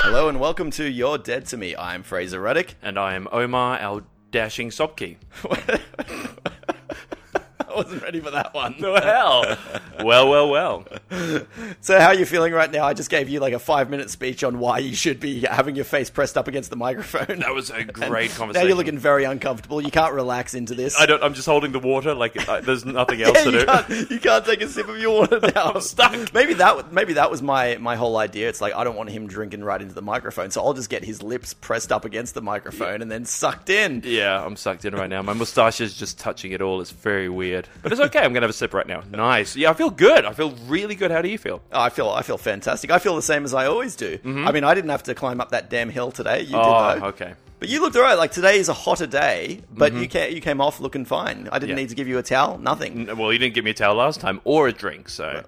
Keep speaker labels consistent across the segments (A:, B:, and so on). A: Hello and welcome to You're Dead to Me. I'm Fraser Ruddick.
B: And I am Omar, our dashing Sopke.
A: I wasn't ready for that one.
B: Well, well, well, well.
A: So, how are you feeling right now? I just gave you like a five minute speech on why you should be having your face pressed up against the microphone.
B: That was a great conversation.
A: Now you're looking very uncomfortable. You can't relax into this.
B: I don't. I'm just holding the water. Like I, there's nothing else
A: Yeah,
B: to
A: you,
B: do.
A: can't, you can't take a sip of your water now. I'm
B: stuck.
A: Maybe that w- maybe that was my my whole idea. It's like I don't want him drinking right into the microphone, so I'll just get his lips pressed up against the microphone and then sucked in.
B: Yeah, I'm sucked in right now. My moustache is just touching it all. It's very weird, but it's okay. I'm gonna have a sip right now. Nice. Yeah, I feel good. I feel really good. How do you feel?
A: Oh, I feel I feel fantastic. I feel the same as I always do. I mean, I didn't have to climb up that damn hill today. You
B: Mm-hmm. oh,
A: did though.
B: okay.
A: But you looked alright. Like today is a hotter day, but you came, you came off looking fine. I didn't
B: Mm-hmm. Yeah.
A: need to give you a towel. Nothing.
B: N- Well, you didn't give me a towel last time or a drink, so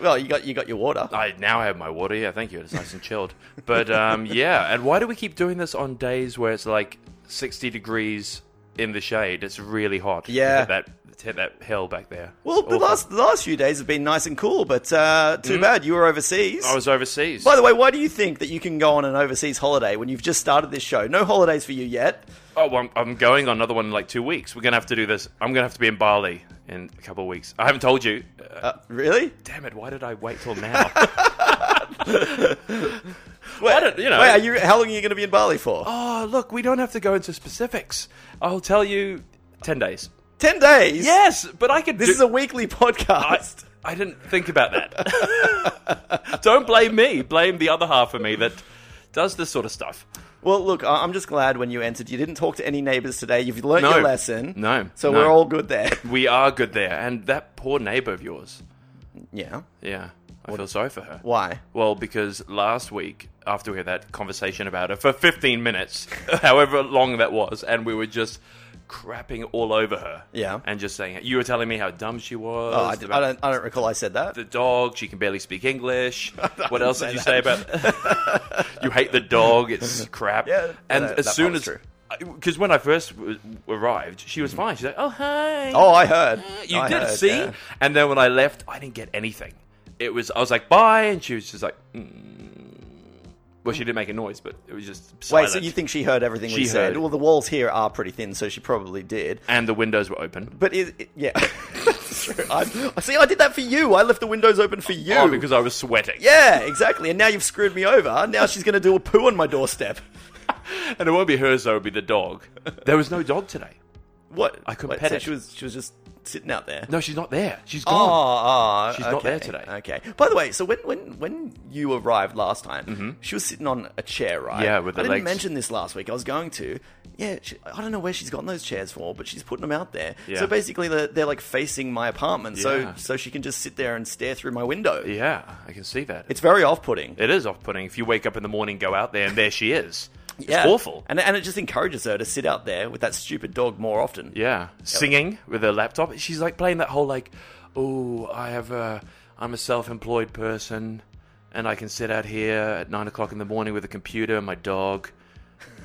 A: Well, you got you got your water.
B: I now have my water. Yeah, thank you. It's nice and chilled. But um, yeah, and why do we keep doing this on days where it's like 60 degrees in the shade? It's really hot. to
A: Yeah.
B: hit that to hit that hill back there.
A: well,
B: It's
A: the
B: awful. Mm-hmm.
A: last the last few days have been nice and cool, but uh, too bad you were overseas.
B: I was overseas.
A: By the way, why do you think that you can go on an overseas holiday when you've just started this show? No holidays for you yet.
B: oh, well, I'm, I'm going on another one in like two weeks. We're gonna have to do this. I'm gonna have to be in Bali in a couple of weeks. I haven't told you. Uh,
A: Uh, really?
B: damn it! Why did I wait till now?
A: Wait,
B: don't- you know.
A: Wait, are you? How long are you going to be in Bali for?
B: oh, look, we don't have to go into specifics. I'll tell you. Ten days.
A: Ten days.
B: Yes, but I could.
A: This
B: do-
A: is a weekly
B: I,
A: podcast.
B: I didn't think about that. Don't blame me. Blame the other half of me that does this sort of stuff.
A: Well, look, I- I'm just glad when you entered. You didn't talk to any neighbors today. You've learnt
B: No.
A: your lesson.
B: No.
A: So
B: No.
A: we're all good there.
B: We are good there. And that poor neighbor of yours.
A: yeah.
B: Yeah. I feel sorry for her.
A: Why?
B: Well, because last week, after we had that conversation about her for 15 minutes, however long that was, and we were just crapping all over her.
A: Yeah.
B: And just saying, you were telling me how dumb she was.
A: Oh, I, d- I
B: about
A: don't. I don't recall I said that.
B: the dog. She can barely speak English. What else did you say about? you hate the dog. It's crap.
A: Yeah,
B: and
A: no, that
B: as soon
A: part
B: as,
A: was
B: because when I first w- arrived, she was fine. She's like, "Oh hi."
A: Mm-hmm. Oh, I heard.
B: Uh, you
A: I
B: did
A: heard,
B: see.
A: yeah.
B: And then when I left, I didn't get anything. It was I was like, "Bye," and she was just like, mm. "Well, she didn't make a noise, but it was just
A: Wait,
B: silent."
A: so you think she heard everything we
B: She
A: said?
B: heard.
A: Well, the walls here are pretty thin, so she probably did.
B: and the windows were open.
A: But is it, yeah, that's true. I, see, I did that for you. I left the windows open for you.
B: Oh, because I was sweating.
A: yeah, exactly. And now you've screwed me over. Now she's going to do a poo on my doorstep.
B: And it won't be hers, though. It'll be the dog. There was no dog today.
A: What?
B: I couldn't
A: Wait,
B: pet
A: so
B: it.
A: She was she was just sitting out there.
B: No, she's not there. She's
A: Oh,
B: gone.
A: oh,
B: She's not
A: okay,
B: there today.
A: Okay. By the way, so when when when you arrived last time, she was sitting on a chair, right?
B: Mm-hmm. Yeah, with
A: I
B: the
A: didn't
B: legs.
A: mention this last week. I was going to. Yeah, she, I don't know where she's gotten those chairs for, but she's putting them out there.
B: Yeah.
A: So basically, they're, they're like facing my apartment, so
B: Yeah.
A: so she can just sit there and stare through my window.
B: Yeah, I can see that.
A: It's very off-putting.
B: It is off putting. If you wake up in the morning, go out there, and there she is. It's
A: yeah.
B: awful.
A: And and it just encourages her to sit out there with that stupid dog more often.
B: yeah. Singing with her laptop. She's like playing that whole, like, oh, I have a, I'm a self employed person, and I can sit out here at nine o'clock in the morning with a computer and my dog.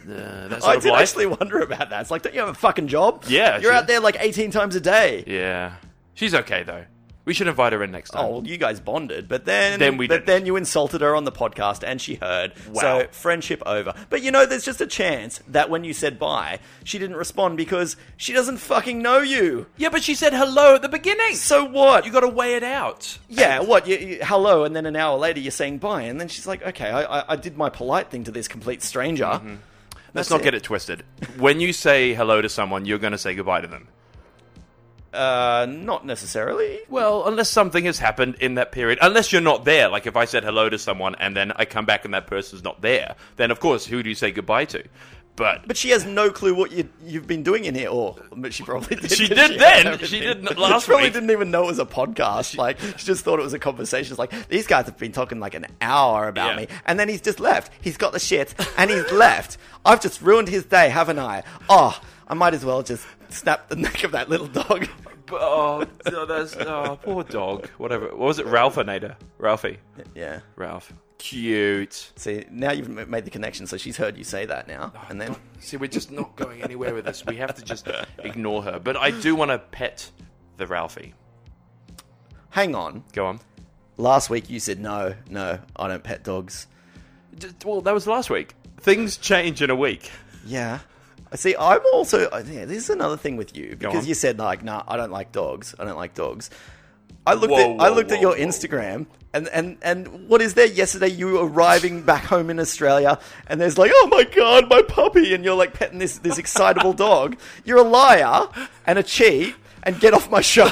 B: Uh, that sort
A: I
B: of
A: did
B: life.
A: actually wonder about that. It's like, don't you have a fucking job?
B: Yeah,
A: You're
B: she-
A: out there like 18 times a day.
B: Yeah. She's okay, though. We should invite her in next time.
A: Oh, well, you guys bonded, but then,
B: Um, Then we
A: but
B: didn't.
A: then you insulted her on the podcast, and she heard.
B: Wow.
A: So friendship over. But you know, there's just a chance that when you said bye, she didn't respond because she doesn't fucking know you.
B: Yeah, but she said hello at the beginning.
A: So what?
B: you got to weigh it out.
A: yeah, what? You, you, hello, and then an hour later you're saying bye, and then she's like, "Okay, I, I, I did my polite thing to this complete stranger."
B: Mm-hmm.
A: That's
B: Let's not
A: it.
B: get it twisted. When you say hello to someone, you're going to say goodbye to them.
A: Uh, not necessarily.
B: Well, unless something has happened in that period, unless you're not there. Like if I said hello to someone and then I come back and that person's not there, then of course, who do you say goodbye to? But,
A: But she has no clue what you, you've been doing in here, or but she probably did.
B: She
A: 'cause
B: did
A: had
B: then.
A: everything.
B: She did last
A: She probably
B: week.
A: didn't even know it was a podcast. like she just thought it was a conversation. It's like these guys have been talking like an hour about
B: Yeah.
A: me, and then he's just left. He's got the shit, and he's left. I've just ruined his day, haven't I? Oh, I might as well just snap the neck of that little dog.
B: but oh, so that's oh, poor dog. Whatever. What was it? Ralphinator. Ralphie.
A: yeah.
B: Ralph. Cute.
A: See, now you've m- made the connection, so she's heard you say that now,
B: Oh,
A: and then.
B: See, we're just not going anywhere with this. We have to just ignore her. But I do want to pet the Ralphie.
A: Hang on.
B: Go on.
A: Last week you said no, no, I don't pet dogs.
B: d- well, that was last week. Things change in a week.
A: Yeah. I See, I'm also. uh, Yeah, this is another thing with you because
B: on.
A: you said like, "Nah, I don't like dogs. I don't like dogs." I looked
B: Whoa,
A: at I
B: whoa,
A: looked at
B: whoa,
A: your
B: whoa.
A: Instagram and, and and what is there? Yesterday, you arriving back home in Australia, and there's like, "Oh my god, my puppy!" And you're like petting this this excitable dog. You're a liar and a cheat, and get off my show.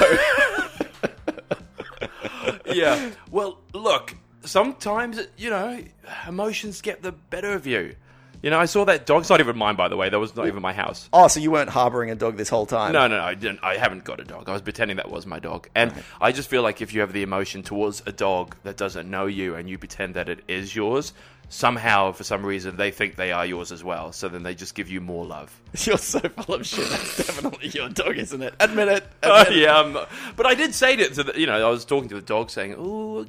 B: yeah. Well, look, sometimes, you know, emotions get the better of you. You know, I saw that dog. It's not even mine, by the way. That was not even my house.
A: oh, so you weren't harboring a dog this whole time?
B: No, no, no. I didn't. I haven't got a dog. I was pretending that was my dog. And I just feel like if you have the emotion towards a dog that doesn't know you and you pretend that it is yours, somehow, for some reason, they think they are yours as well. So then they just give you more love.
A: you're so full of shit. That's definitely your dog, isn't it? Admit it.
B: Uh,
A: Admit it.
B: yeah, um, but I did say to the, you know, I was talking to the dog saying, "Oh,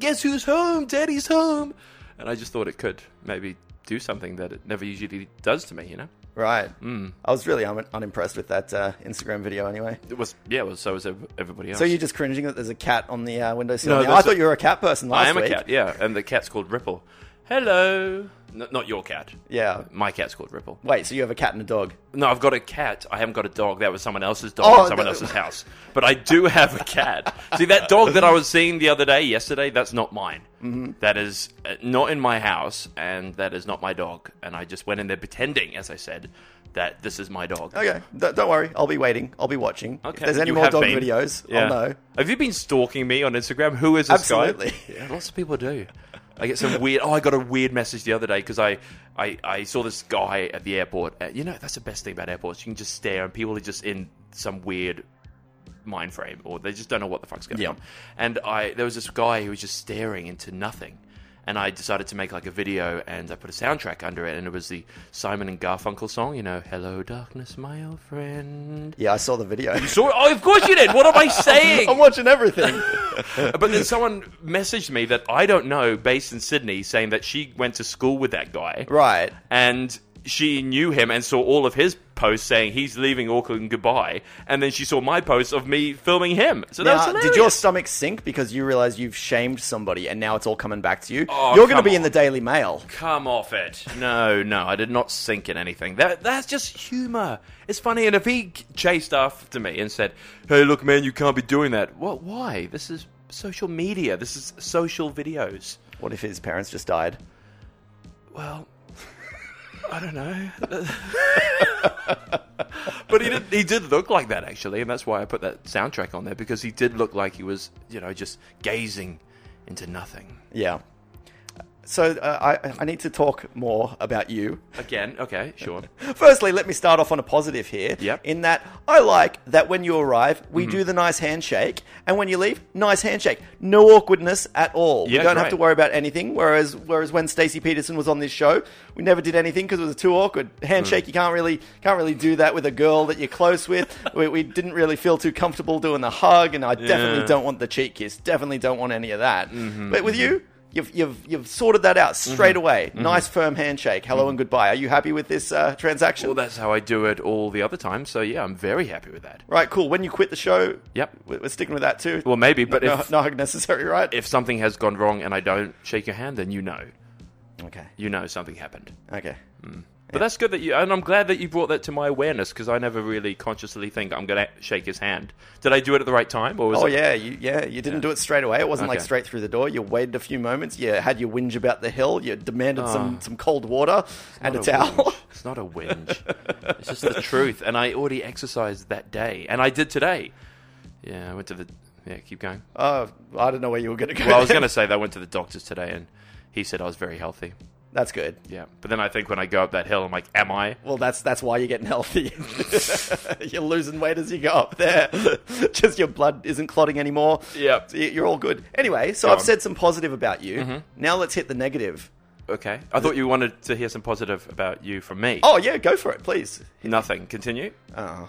B: guess who's home? Daddy's home," and I just thought it could maybe do something that it never usually does to me. You know,
A: Right.
B: Hmm.
A: Mm. I was really un- unimpressed with that uh, Instagram video anyway.
B: it was yeah, it was, so was ev- everybody else.
A: So you're just cringing that there's a cat on the uh, windowsill. now?
B: No,
A: I
B: there's
A: thought
B: a-
A: you were a cat person last
B: I am
A: week.
B: a cat, yeah, and the cat's called Ripple. Hello, N- not your cat.
A: Yeah.
B: My cat's called Ripple.
A: Wait, so you have a cat and a dog?
B: No, I've got a cat. I haven't got a dog. That was someone else's dog
A: Oh,
B: in someone
A: no.
B: else's house. But I do have a cat. See, that dog that I was seeing the other day, yesterday, that's not mine.
A: Mm-hmm.
B: That is uh, not in my house, and that is not my dog. And I just went in there pretending, as I said, that this is my dog.
A: Okay. D- don't worry. I'll be waiting. I'll be watching. If there's any
B: you
A: more
B: have
A: dog
B: been.
A: videos,
B: Yeah.
A: I'll know.
B: Have you been stalking me on Instagram? Who is this
A: Absolutely.
B: guy? Yeah, lots of people do. I get some weird. Oh, I got a weird message the other day because I, I, I saw this guy at the airport. Uh, you know, that's the best thing about airports. You can just stare, and people are just in some weird mind frame, or they just don't know what the fuck's going
A: Yeah.
B: on. And I, there was this guy who was just staring into nothing. And I decided to make like a video, and I put a soundtrack under it, and it was the Simon and Garfunkel song. You know, "Hello Darkness, My Old Friend."
A: Yeah, I saw the video.
B: So, oh, of course you did. What am I
A: I'm
B: saying?
A: watching everything.
B: but then someone messaged me that I don't know, based in Sydney, saying that she went to school with that guy,
A: right.
B: and she knew him and saw all of his posts saying he's leaving Auckland goodbye, and then she saw my post of me filming him. So that was
A: Now,
B: hilarious.
A: did your stomach sink because you realize you've shamed somebody and now it's all coming back to you?
B: Oh,
A: You're going to
B: come
A: be in
B: on.
A: the Daily Mail.
B: Come off it. No, no, I did not sink in anything. That that's just humor. It's funny. And if he chased after me and said, "Hey, look, man, you can't be doing that." What? Why? This is social media. This is social videos.
A: What if his parents just died?
B: Well, I don't know. but he did, he did look like that actually, and that's why I put that soundtrack on there because he did look like he was, you know, just gazing into nothing.
A: Yeah. So uh, I, I need to talk more about you.
B: Again, okay, sure.
A: Firstly, let me start off on a positive here.
B: Yep. Mm-hmm.
A: In that I like that when you arrive, we do the nice handshake, and when you leave, nice handshake. No awkwardness at all.
B: Yeah,
A: we don't have
B: great.
A: to worry about anything. Whereas, whereas when Stacey Peterson was on this show, we never did anything because it was too awkward.
B: Mm.
A: Handshake, you can't really can't really do that with a girl that you're close with. we, we didn't really feel too comfortable doing the hug, and I definitely
B: Yeah.
A: don't want the cheek kiss. Definitely don't want any of that.
B: Mm-hmm,
A: But with you. You've, you've, you've sorted that out straight away.
B: mm-hmm.
A: Nice firm handshake. Hello and goodbye. Are you happy with this uh, transaction?
B: Well, that's how I do it all the other time. So yeah, I'm very happy with that.
A: Right, cool. When you quit the show,
B: Yep.
A: we- we're sticking with that too.
B: Well, maybe, but
A: no,
B: if
A: no hug necessary, right?
B: if something has gone wrong and I don't shake your hand, then you know,
A: okay,
B: you know something happened.
A: okay,
B: But that's good that you, and I'm glad that you brought that to my awareness because I never really consciously think I'm going to shake his hand. Did I do it at the right time, or was
A: oh
B: it?
A: yeah, you yeah, you didn't do it straight away. It wasn't like
B: Okay.
A: straight through the door. You waited a few moments. You had your whinge about the hill. You demanded some some cold water and a
B: Not
A: towel.
B: whinge. It's not Ah. a whinge. it's just the truth. And I already exercised that day, and I did today. Yeah, I went to the. Yeah, keep going.
A: Oh, I don't know where you were going to go.
B: Well, I was going
A: to.
B: to say that I went to the doctor's today, and he said I was very healthy.
A: That's good.
B: Yeah, but then I think when I go up that hill, I'm like, am I?
A: Well, that's that's why you're getting healthy. you're losing weight as you go up there. Just your blood isn't clotting anymore.
B: Yep.
A: So you- you're all good. Anyway, so
B: Go
A: I've
B: on. Mm-hmm.
A: said some positive about you. Now let's hit the negative.
B: Okay. I thought you wanted to hear some positive about you from me.
A: Oh yeah, go for it, please.
B: Nothing. Continue.
A: Oh.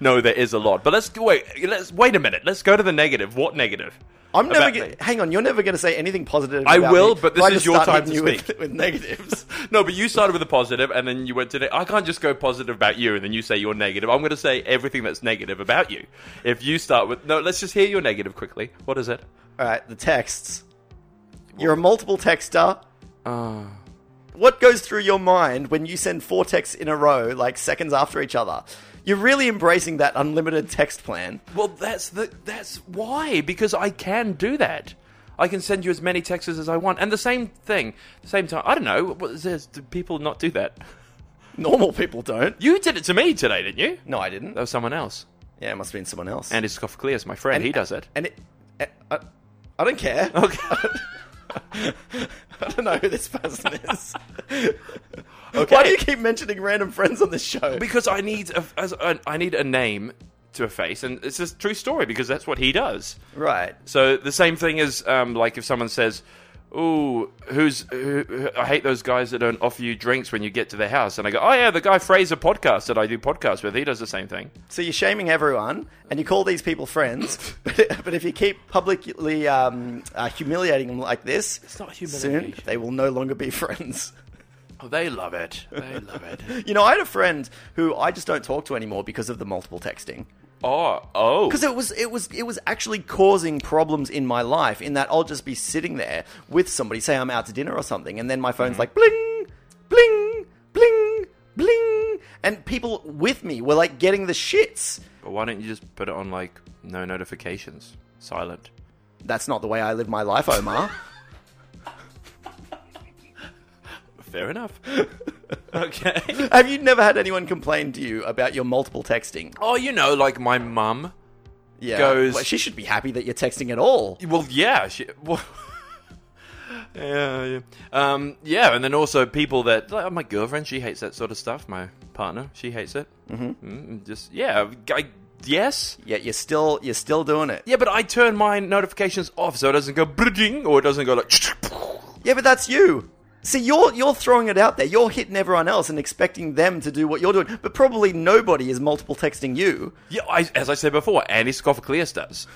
B: No, there is a lot. But let's go- wait. Let's wait a minute. Let's go to the negative. What negative?
A: I'm never.
B: About
A: Gonna,
B: me.
A: hang on, you're never going to say anything positive.
B: I
A: about
B: will,
A: me.
B: but this
A: Why
B: is
A: just
B: your
A: start
B: time
A: hitting
B: to
A: you with-
B: speak.
A: with, negatives.
B: No, but you started with a positive, and then you went to. Ne- I can't just go positive about you, and then you say you're negative. I'm going to say everything that's negative about you. If you start with no, let's just hear your negative quickly. What is it?
A: All right, the Uh, texts. You're a multiple texter.
B: Uh,
A: What goes through your mind when you send four texts in a row, like seconds after each other? You're really embracing that unlimited text plan.
B: well, that's the that's why because I can do that. I can send you as many texts as I want, and the same thing, same time. I don't know. What is this? Do people not do that?
A: Normal people don't.
B: You did it to me today, didn't you?
A: No, I didn't.
B: That was someone else.
A: Yeah, it must have been someone else.
B: Andy Scoffclears, my friend,
A: And-
B: he does it.
A: And it, and- I, I don't care.
B: Okay.
A: I don't know who this person is. Why do you keep mentioning random friends on this show?
B: because I need a, as a, I need a name to a face, and it's a true story because that's what he does.
A: right.
B: So the same thing is um, like if someone says, "Ooh, who's who, who- I hate those guys that don't offer you drinks when you get to their house," and I go, "Oh yeah, the guy Fraser podcast that I do podcasts with, he does the same thing."
A: So you're shaming everyone, and you call these people friends. But, but if you keep publicly um, uh, humiliating them like this, it's
B: not
A: soon
B: humiliation.
A: they will no longer be friends.
B: Oh, they love it. They love it.
A: You know, I had a friend who I just don't talk to anymore because of the multiple texting.
B: Oh, oh,
A: because it was it was it was actually causing problems in my life in that I'll just be sitting there with somebody say I'm out to dinner or something and then my
B: Mm-hmm.
A: phone's like bling bling bling bling and people with me were like getting the shits
B: But why don't you just put it on like no notifications, silent?
A: that's not the way I live my life Omar
B: Fair enough. okay.
A: have you never had anyone complain to you about your multiple texting
B: Oh, you know, like my mum.
A: yeah
B: Goes-
A: well, she should be happy that you're texting at all
B: Well, yeah, she. Well, yeah, yeah. Um, yeah, and then also people that like, oh, my girlfriend, she hates that sort of stuff. My partner, she hates it. Mm-hmm. mm Just yeah, I, yes,
A: yet you're still you're still doing it
B: yeah. But I turn my notifications off so it doesn't go bridging or it doesn't go like.
A: yeah but that's you See, you're you're throwing it out there. You're hitting everyone else and expecting them to do what you're doing, but probably nobody is multiple texting you.
B: Yeah, I, as I said before, Andy Scoffocleus does.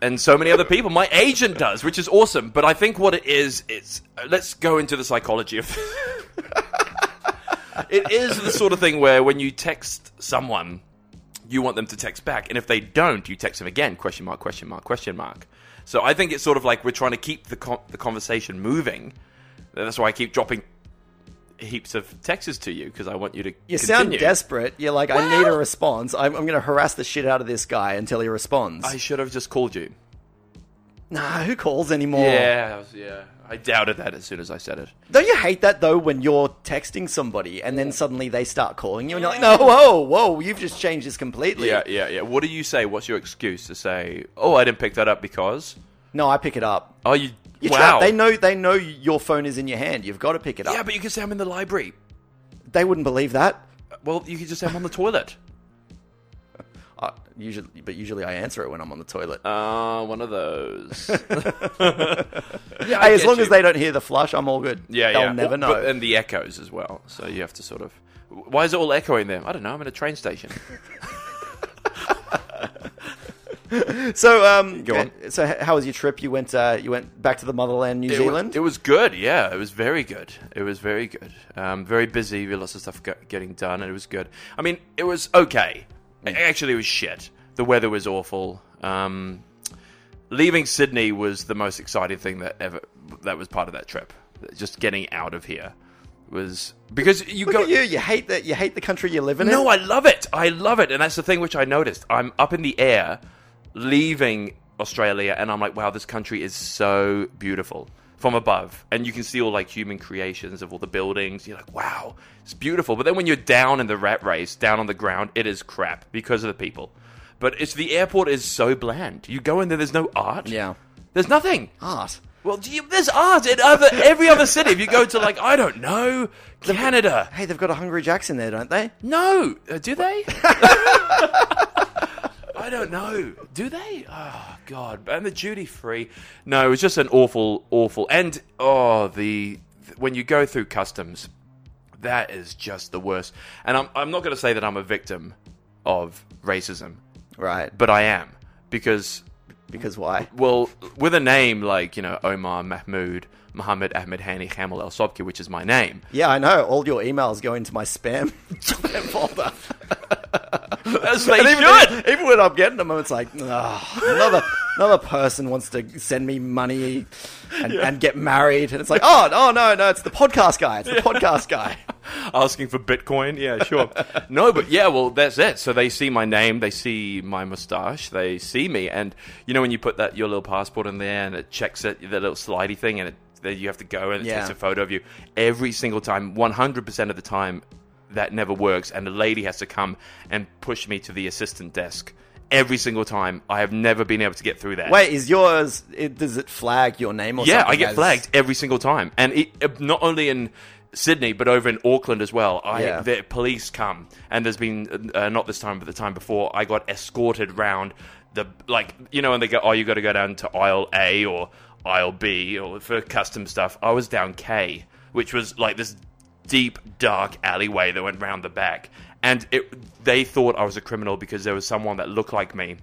B: And so many other people. My agent does, which is awesome. But I think what it is, it's. uh, Let's go into the psychology of. it is the sort of thing where when you text someone, you want them to text back. And if they don't, you text them again. Question mark, question mark, question mark. So I think it's sort of like we're trying to keep the, con- the conversation moving. That's why I keep dropping heaps of texts to you, because I want you to.
A: You sound
B: continue.
A: desperate. You're like, I need a
B: Well-
A: response. I'm, I'm going to harass the shit out of this guy until he responds.
B: I should have just called you.
A: nah, who calls anymore?
B: Yeah, I was- yeah. I doubted that as soon as I said it.
A: Don't you hate that though when you're texting somebody and then suddenly they start calling you and you're like, no, whoa, whoa, you've just changed this completely.
B: Yeah, yeah, yeah. What do you say? What's your excuse to say? Oh, I didn't pick that up because.
A: No, I pick it up.
B: Oh, you.
A: You
B: wow.
A: wow. They know. They know your phone is in your hand. You've got to pick it up.
B: Yeah, but you can say I'm in the library.
A: they wouldn't believe that.
B: Well, you could just say I'm on the toilet.
A: Uh, usually, but usually I answer it when I'm on the toilet.
B: Uh, one of those.
A: yeah, hey, as
B: get
A: long
B: you.
A: as they don't hear the flush, I'm all good.
B: Yeah,
A: they'll
B: yeah.
A: never
B: Well,
A: know.
B: But, and the echoes as well. So you have to sort of. Why is it all echoing there? I don't know. I'm in a train station.
A: So, um,
B: Go on.
A: uh, so h- how was your trip? You went, uh, you went back to the motherland, New
B: It wa-
A: Zealand.
B: It was good, yeah. It was very good. It was very good. Um, very busy. We had lots of stuff go- getting done, and it was good. I mean, it was okay.
A: Hmm.
B: A- Actually, it was shit. The weather was awful. Um, leaving Sydney was the most exciting thing that ever. That was part of that trip. Just getting out of here was because you
A: Look
B: go.
A: at you. You hate that. You hate the country you live in.
B: No, I love it. I love it. And that's the thing which I noticed. I'm up in the air leaving Australia and I'm like, wow, this country is so beautiful from above. And you can see all like human creations of all the buildings. You're like, wow, it's beautiful. But then when you're down in the rat race, down on the ground, it is crap because of the people. But it's the airport is so bland. You go in there, there's no art.
A: Yeah.
B: There's nothing.
A: art.
B: Well, do you, there's art in other, every other city. If you go to like, I don't know, Canada.
A: Hey, they've got a Hungry Jack's in there, don't they?
B: No, uh, do they? I don't know. Do they? Oh God! And the duty free. No, it was just an awful, awful. And oh, the when you go through customs, that is just the worst. And I'm I'm not going to say that I'm a victim of racism,
A: Right.
B: but I am because
A: Because why?
B: well, with a name like you know Omar Mahmoud Muhammad Ahmed Hani Hamel El Sobki, which is my name,
A: Yeah, I know. All your emails go into my spam, spam folder.
B: as they
A: And even,
B: should.
A: even when I'm getting them, it's like, "Ugh, another another person wants to send me money and, and get married, and it's like, oh, oh no, no, it's the podcast guy. It's the podcast guy.
B: asking for Bitcoin. Yeah, sure. no, but yeah, well, that's it. So they see my name, they see my mustache, they see me, and you know when you put that your little passport in there and it checks it, the little slidey thing, and it, then you have to go and it
A: Yeah.
B: takes a photo of you every single time, one hundred percent of the time. That never works, and the lady has to come and push me to the assistant desk every single time. I have never been able to get through that.
A: Wait, is yours? It, does it flag your name or
B: Yeah,
A: something
B: I get
A: as-
B: flagged every single time, and it, uh, not only in Sydney but over in Auckland as well. I
A: Yeah.
B: the police come, and there's been uh, not this time but the time before. I got escorted round the like you know, and they go, "Oh, you got to go down to aisle A or aisle B or for custom stuff." I was down K, which was like this deep dark alleyway that went round the back, and it, they thought I was a criminal because there was someone that looked like me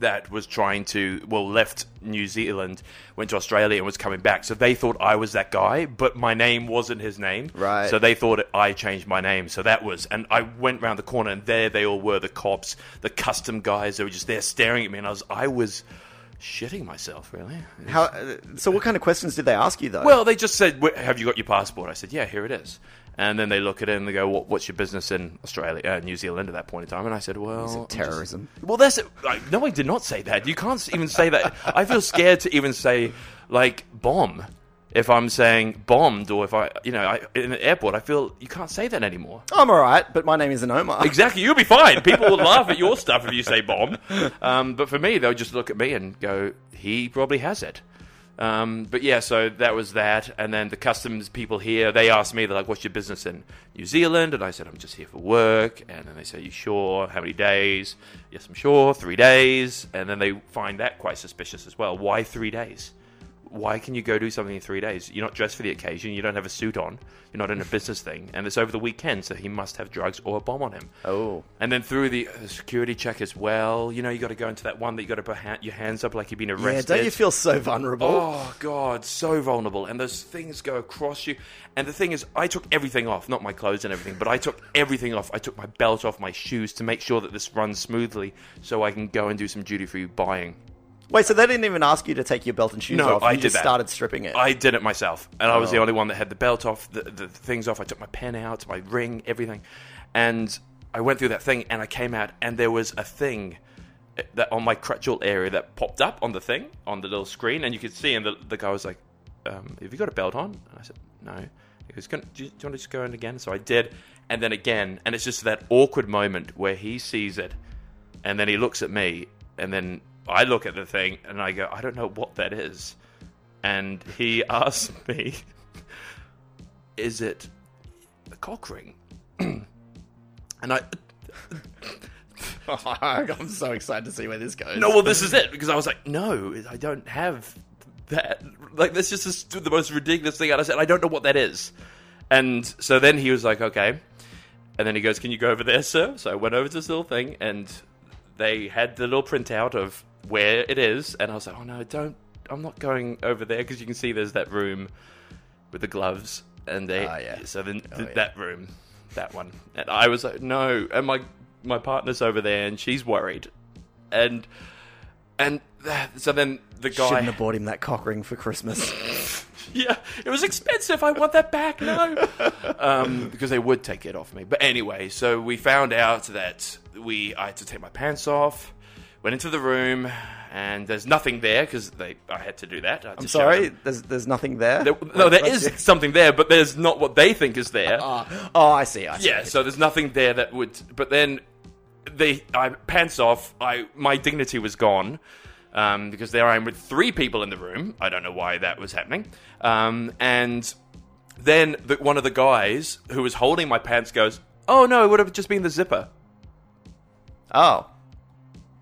B: that was trying to well left New Zealand, went to Australia and was coming back. So they thought I was that guy, but my name wasn't his name.
A: Right.
B: So they thought I changed my name. So that was, and I went round the corner, and there they all were—the cops, the custom guys. They were just there staring at me, and I was, I was shitting myself, really.
A: How? uh, So, what kind of questions did they ask you though?
B: Well, they just said, "Wh- "Have you got your passport?" I said, "Yeah, here it is." And then they look at it and they go, what, "What's your business in Australia, uh, New Zealand at that point in time?" And I said, "Well, I'm just-
A: terrorism.
B: well, that's it. Like, no, I did not say that. You can't even say that. I feel scared to even say like bomb if I'm saying bombed or if I, you know, I, in an airport. I feel you can't say that anymore.
A: I'm all right, but my name isn't Omar.
B: Exactly, you'll be fine. People will laugh at your stuff if you say bomb. Um, but for me, they'll just look at me and go, "He probably has it." Um, but yeah, so that was that. And then the customs people here, they asked me, they're like, "What's your business in New Zealand?" And I said, "I'm just here for work." And then they say, "You sure? How many days?" "Yes, I'm sure. Three days." And then they find that quite suspicious as well. Why three days? Why can you go do something in three days? You're not dressed for the occasion. You don't have a suit on. You're not in a business thing, and it's over the weekend, so he must have drugs or a bomb on him.
A: Oh.
B: And then through the uh, security check as well, you know, you got to go into that one that you got to put ha- your hands up like you've been
A: Yeah,
B: arrested.
A: don't you feel so vulnerable?
B: Oh God, so vulnerable, and those things go across you. And the thing is, I took everything off—not my clothes and everything—but I took everything off. I took my belt off, my shoes, to make sure that this runs smoothly, so I can go and do some duty-free buying.
A: Wait, so they didn't even ask you to take your belt and shoes
B: No,
A: off.
B: I
A: you
B: did
A: just
B: that.
A: started stripping it.
B: I did it myself, and I was the
A: Oh.
B: only one that had the belt off, the, the things off. I took my pen out, my ring, everything, and I went through that thing, and I came out, and there was a thing eh, that on my crutchel area that popped up on the thing on the little screen, and you could see, and the, the guy was like, um, "Have you got a belt on?" And I said, "No." He goes, "Can- "Do you, do you want to just go in again?" So I did, and then again, and it's just that awkward moment where he sees it, and then he looks at me, and then I look at the thing, and I go, "I don't know what that is." and he asked me, "Is it a cock ring?" and I
A: I'm so excited to see where this goes.
B: no, well, this is it because I was like, "No, I don't have that." Like that's just is the most ridiculous thing. And I said, "I don't know what that is," and so then he was like, "Okay," and then he goes, "Can you go over there, sir?" So I went over to this little thing, and they had the little printout of where it is, and I was like, "Oh no, don't." I'm not going over there because you can see there's that room with the gloves, and they
A: Ah, yeah.
B: so then
A: Oh,
B: th-
A: yeah.
B: that room, that one, and I was like, no, and my my partner's over there, and she's worried, and and that- so then the guy,
A: Shouldn't have bought him that cock ring for Christmas.
B: yeah, it was expensive. I want that back now. um, because they would take it off me. But anyway, so we found out that we I had to take my pants off. Went into the room, and there's nothing there because they. I had to do that. I had
A: I'm
B: to show
A: sorry,
B: them.
A: there's there's nothing there.
B: There- no, there is something there, but there's not what they think is there.
A: Ah, oh, I see. I see.
B: Yeah, so there's nothing there that would. But then they, I pants off. I my dignity was gone um, because there I am with three people in the room. I don't know why that was happening. Um, and then the, one of the guys who was holding my pants goes, "Oh no, it would have just been the zipper,"
A: Oh,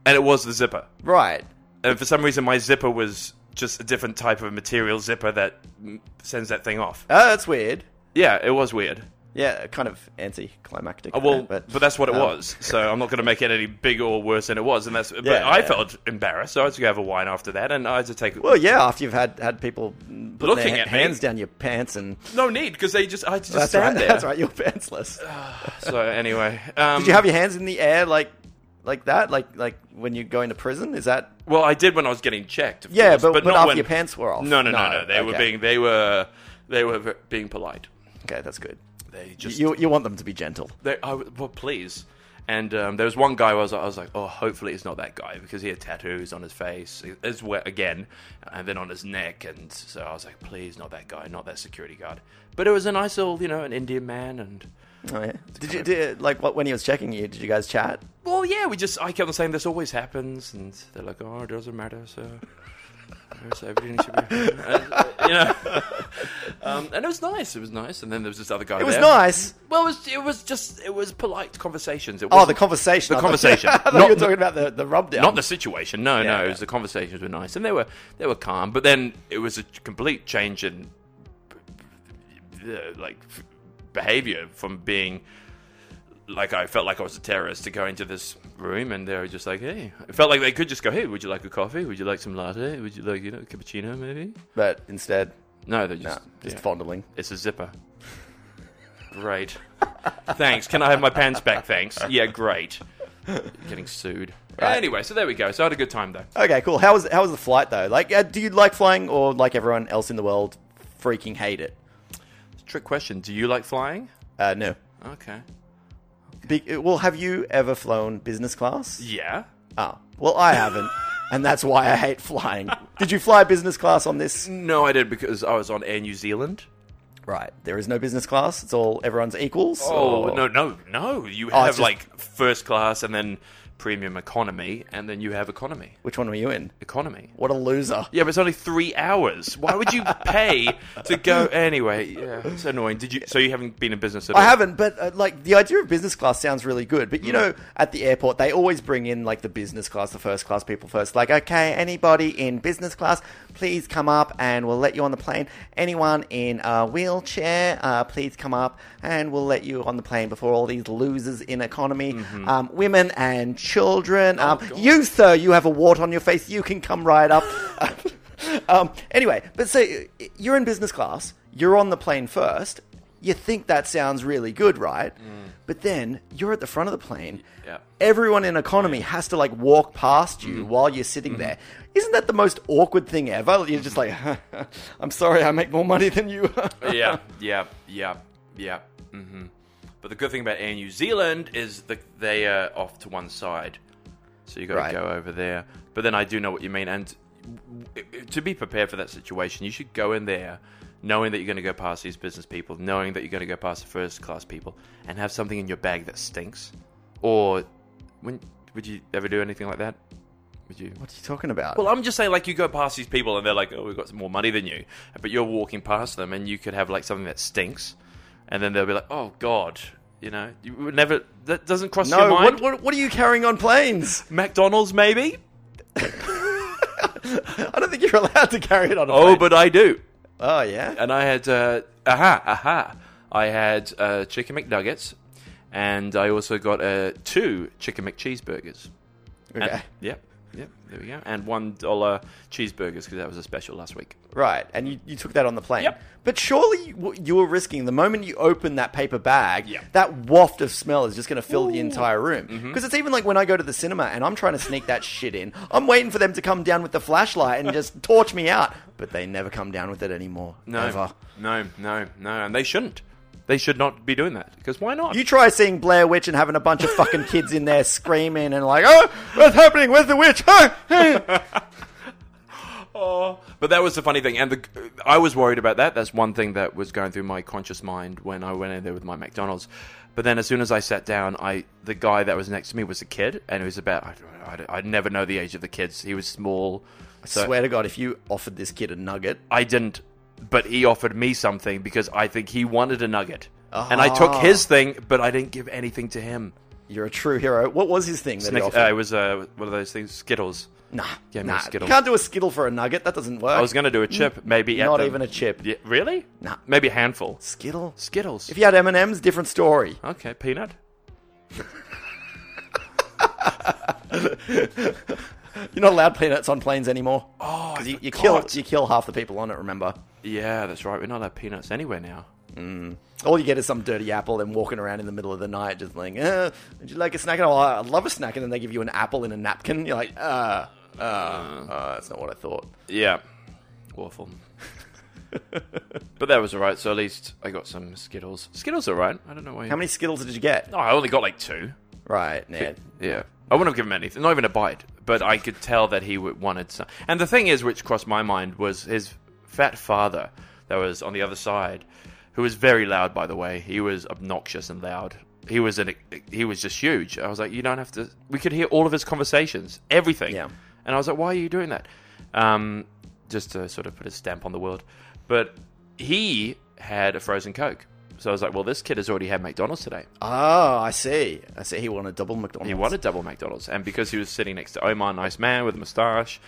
B: and it was the zipper.
A: right.
B: And for some reason, my zipper was just a different type of material zipper that mm, sends that thing off.
A: Oh, that's weird.
B: Yeah, it was weird.
A: Yeah, kind of anticlimactic.
B: Oh, well,
A: there,
B: but, that's what it
A: um,
B: was. So I'm not going to make it any bigger or worse than it was. And that's. But
A: Yeah,
B: I
A: yeah.
B: felt embarrassed. So I had to go have a wine after that, and I had to take.
A: Well, yeah. After you've had had people putting their
B: Looking
A: ha-
B: at me.
A: hands down your pants and
B: no need because they just. I had to
A: that's
B: just stand
A: right.
B: there.
A: That's right. You're pantsless.
B: So anyway, um,
A: Did you have your hands in the air like like that? Like like when you're going to prison? Is that
B: Well, I did when I was getting checked. of
A: Yeah,
B: course,
A: but- but
B: not
A: after
B: when-
A: your pants were off.
B: No, no, no,
A: No,
B: no. They were
A: okay.
B: being they were they were ve- being polite.
A: okay? That's good.
B: They just
A: you you want them to be gentle.
B: they, I, w- well, please. And um, there was one guy I was, I was like, oh, hopefully it's not that guy because he had tattoos on his face, as well, again, and then on his neck. And so I was like, please, not that guy, not that security guard. But it was a nice little, you know, an Indian man. And,
A: Oh, yeah. Did you did, like what when he was checking you? Did you guys chat?
B: well, yeah, we just, I kept on saying this always happens. And they're like, oh, it doesn't matter. So, so everything should be, uh, you know. um, and it was nice. It was nice. And then there was this other guy.
A: It was
B: there.
A: nice.
B: Well, it was, it was just, it was polite conversations. It
A: Oh, the
B: wasn't-
A: conversation.
B: The
A: I thought-
B: conversation.
A: I thought
B: Not
A: you were
B: the-
A: talking about the the rub down.
B: Not the situation. No,
A: Yeah,
B: no. It
A: yeah.
B: was the conversations were nice, and they were they were calm. But then it was a complete change in uh, like f- behavior from being like I felt like I was a terrorist to go into this room, and they were just like, hey. It felt like they could just go, hey, would you like a coffee? Would you like some latte? Would you like you know a cappuccino maybe?
A: but instead,
B: No, they just
A: no, just
B: Ah, yeah.
A: fondling.
B: It's a zipper. Great. thanks. Can I have my pants back? Thanks. Yeah, great. Getting sued.
A: Right.
B: Anyway, so there we go. So I had a good time though.
A: Okay, cool. How was how was the flight though? Like, uh, do you like flying, or like everyone else in the world, freaking hate it?
B: Trick question. Do you like flying?
A: Uh, no.
B: Okay.
A: Be- well, have you ever flown business class?
B: Yeah.
A: Oh, well, I haven't, and that's why I hate flying. Did you fly business class on this?
B: No, I did because I was on Air New Zealand.
A: Right, there is no business class. It's all everyone's equals.
B: Oh,
A: or-
B: no, no, no. You
A: Oh,
B: have
A: it's just-
B: like first class and then premium economy, and then you have economy.
A: Which one were you in?
B: Economy.
A: What a loser!
B: Yeah, but it's only three hours. Why would you pay to go anyway? Yeah, it's annoying. Did you? So you haven't been in business at all?
A: I haven't, but uh, like the idea of business class sounds really good. But you know, at the airport, they always bring in like the business class, the first class people first. Like, okay, anybody in business class, please come up and we'll let you on the plane. Anyone in a wheelchair, uh, please come up and we'll let you on the plane before all these losers in economy, um, women and children. um, you, sir, you have a wart on your face. You can come right up. um, anyway, but so uh, you're in business class. You're on the plane first you think that sounds really good, right? But then you're at the front of the plane.
B: Mm. Yeah. Mm-hmm.
A: Everyone in economy has to like walk past you while you're sitting there. Isn't that the most awkward thing ever? You're just like, I'm sorry, I make more money than you.
B: yeah, yeah, yeah, yeah. hmm But the good thing about Air New Zealand is that they are off to one side, so you got to
A: Right.
B: go over there. But then I do know what you mean, and w- w- to be prepared for that situation, you should go in there knowing that you're going to go past these business people, knowing that you're going to go past the first class people, and have something in your bag that stinks. Or when would you ever do anything like that? Would you?
A: what are you talking about?
B: Well, I'm just saying, like, you go past these people and they're like, oh, we've got some more money than you. But you're walking past them and you could have, like, something that stinks. And then they'll be like, oh, God. You know, you would never, that doesn't cross your
A: no,
B: mind.
A: what, what, what are you carrying on planes?
B: McDonald's, maybe?
A: I don't think you're allowed to carry it on a
B: Oh,
A: plane.
B: but I do.
A: oh, yeah.
B: And I had, uh, aha, aha. I had uh, chicken McNuggets and I also got uh, two chicken McCheeseburgers.
A: Okay.
B: And, yep, yep, there we go. And $1 cheeseburgers because that was a special last week.
A: Right, and you, you took that on the plane.
B: Yep.
A: But surely you, you were risking the moment you open that paper bag,
B: Yep. Mm-hmm.
A: that waft of smell is just going to fill the entire room. Because it's even like when I go to the cinema and I'm trying to sneak that shit in, I'm waiting for them to come down with the flashlight and just torch me out. But they never come down with it anymore.
B: No,
A: Ever.
B: no, no, no, and they shouldn't. They should not be doing that because why not?
A: You try seeing Blair Witch and having a bunch of fucking kids in there screaming and like, oh, what's happening? Where's the witch? Oh, hey."
B: but that was the funny thing, and the, I was worried about that. That's one thing that was going through my conscious mind when I went in there with my McDonald's. But then, as soon as I sat down, I the guy that was next to me was a kid, and he was about I, don't- I, I never know the age of the kids. He was small. So
A: Swear to God, if you offered this kid a nugget,
B: I didn't, but he offered me something because I think he wanted a nugget, and I took his thing, but I didn't give anything to him.
A: you're a true hero. What was his thing that he
B: Next,
A: offered?
B: uh, it was uh, one of those things, Skittles.
A: Nah,
B: Yeah,
A: nah.
B: more
A: You
B: Skittles.
A: can't do a skittle for a nugget. That doesn't work.
B: I was going to do a chip, maybe. at
A: Not
B: the-
A: even a chip.
B: Yeah, really?
A: Nah.
B: Maybe a handful.
A: Skittle.
B: Skittles.
A: If you had M and M's, different story.
B: okay, peanut.
A: You're not allowed peanuts on planes anymore.
B: Oh,
A: you, you kill
B: forgot.
A: you kill half the people on it. Remember?
B: Yeah, that's right. We're not allowed peanuts anywhere now.
A: All you get is some dirty apple and walking around in the middle of the night just like, uh, would you like a snack? And, oh, I'd love a snack. And then they give you an apple in a napkin. You're like, uh, uh, uh, that's not what I thought.
B: Yeah. Awful. but that was alright, so at least I got some Skittles. Skittles are right. I don't know why.
A: How many Skittles did you get?
B: No, I only got like two.
A: Right, Ned.
B: Yeah. I wouldn't have given him anything, not even a bite, but I could tell that he w- wanted some. And the thing is, which crossed my mind, was his fat father that was on the other side, who was very loud, by the way. He was obnoxious and loud. He was an, he was just huge. I was like, you don't have to. We could hear all of his conversations, everything.
A: Yeah.
B: And I was like, why are you doing that? Um, just to sort of put a stamp on the world. But he had a frozen Coke. So I was like, well, this kid has already had McDonald's today.
A: Oh, I see. I see. He wanted double McDonald's.
B: He wanted double McDonald's, and because he was sitting next to Omar, nice man with a moustache,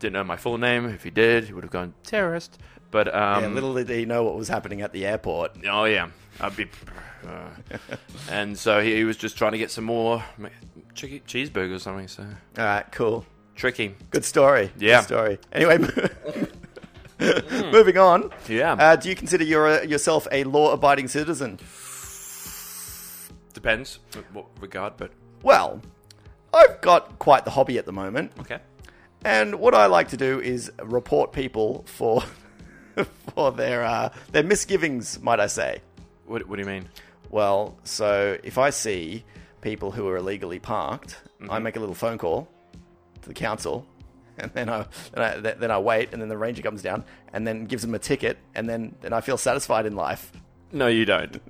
B: didn't know my full name. If he did, he would have gone terrorist. But um,
A: Yeah, little did he know what was happening at the airport.
B: oh yeah, I'd be. Uh, and so he, he was just trying to get some more Mc- chicky, cheeseburger or something. So
A: All right, cool.
B: tricky.
A: Good story.
B: Yeah.
A: Good story. Anyway, moving on.
B: Yeah,
A: Uh, do you consider your, yourself a law-abiding citizen?
B: depends what regard, but
A: Well, I've got quite the hobby at the moment,
B: okay.
A: and what I like to do is report people for for their uh, their misgivings, might I say.
B: What, what do you mean?
A: Well, so if I see people who are illegally parked, I make a little phone call to the council, and then I, then I then I wait, and then the ranger comes down and then gives them a ticket, and then then I feel satisfied in life.
B: No, you don't.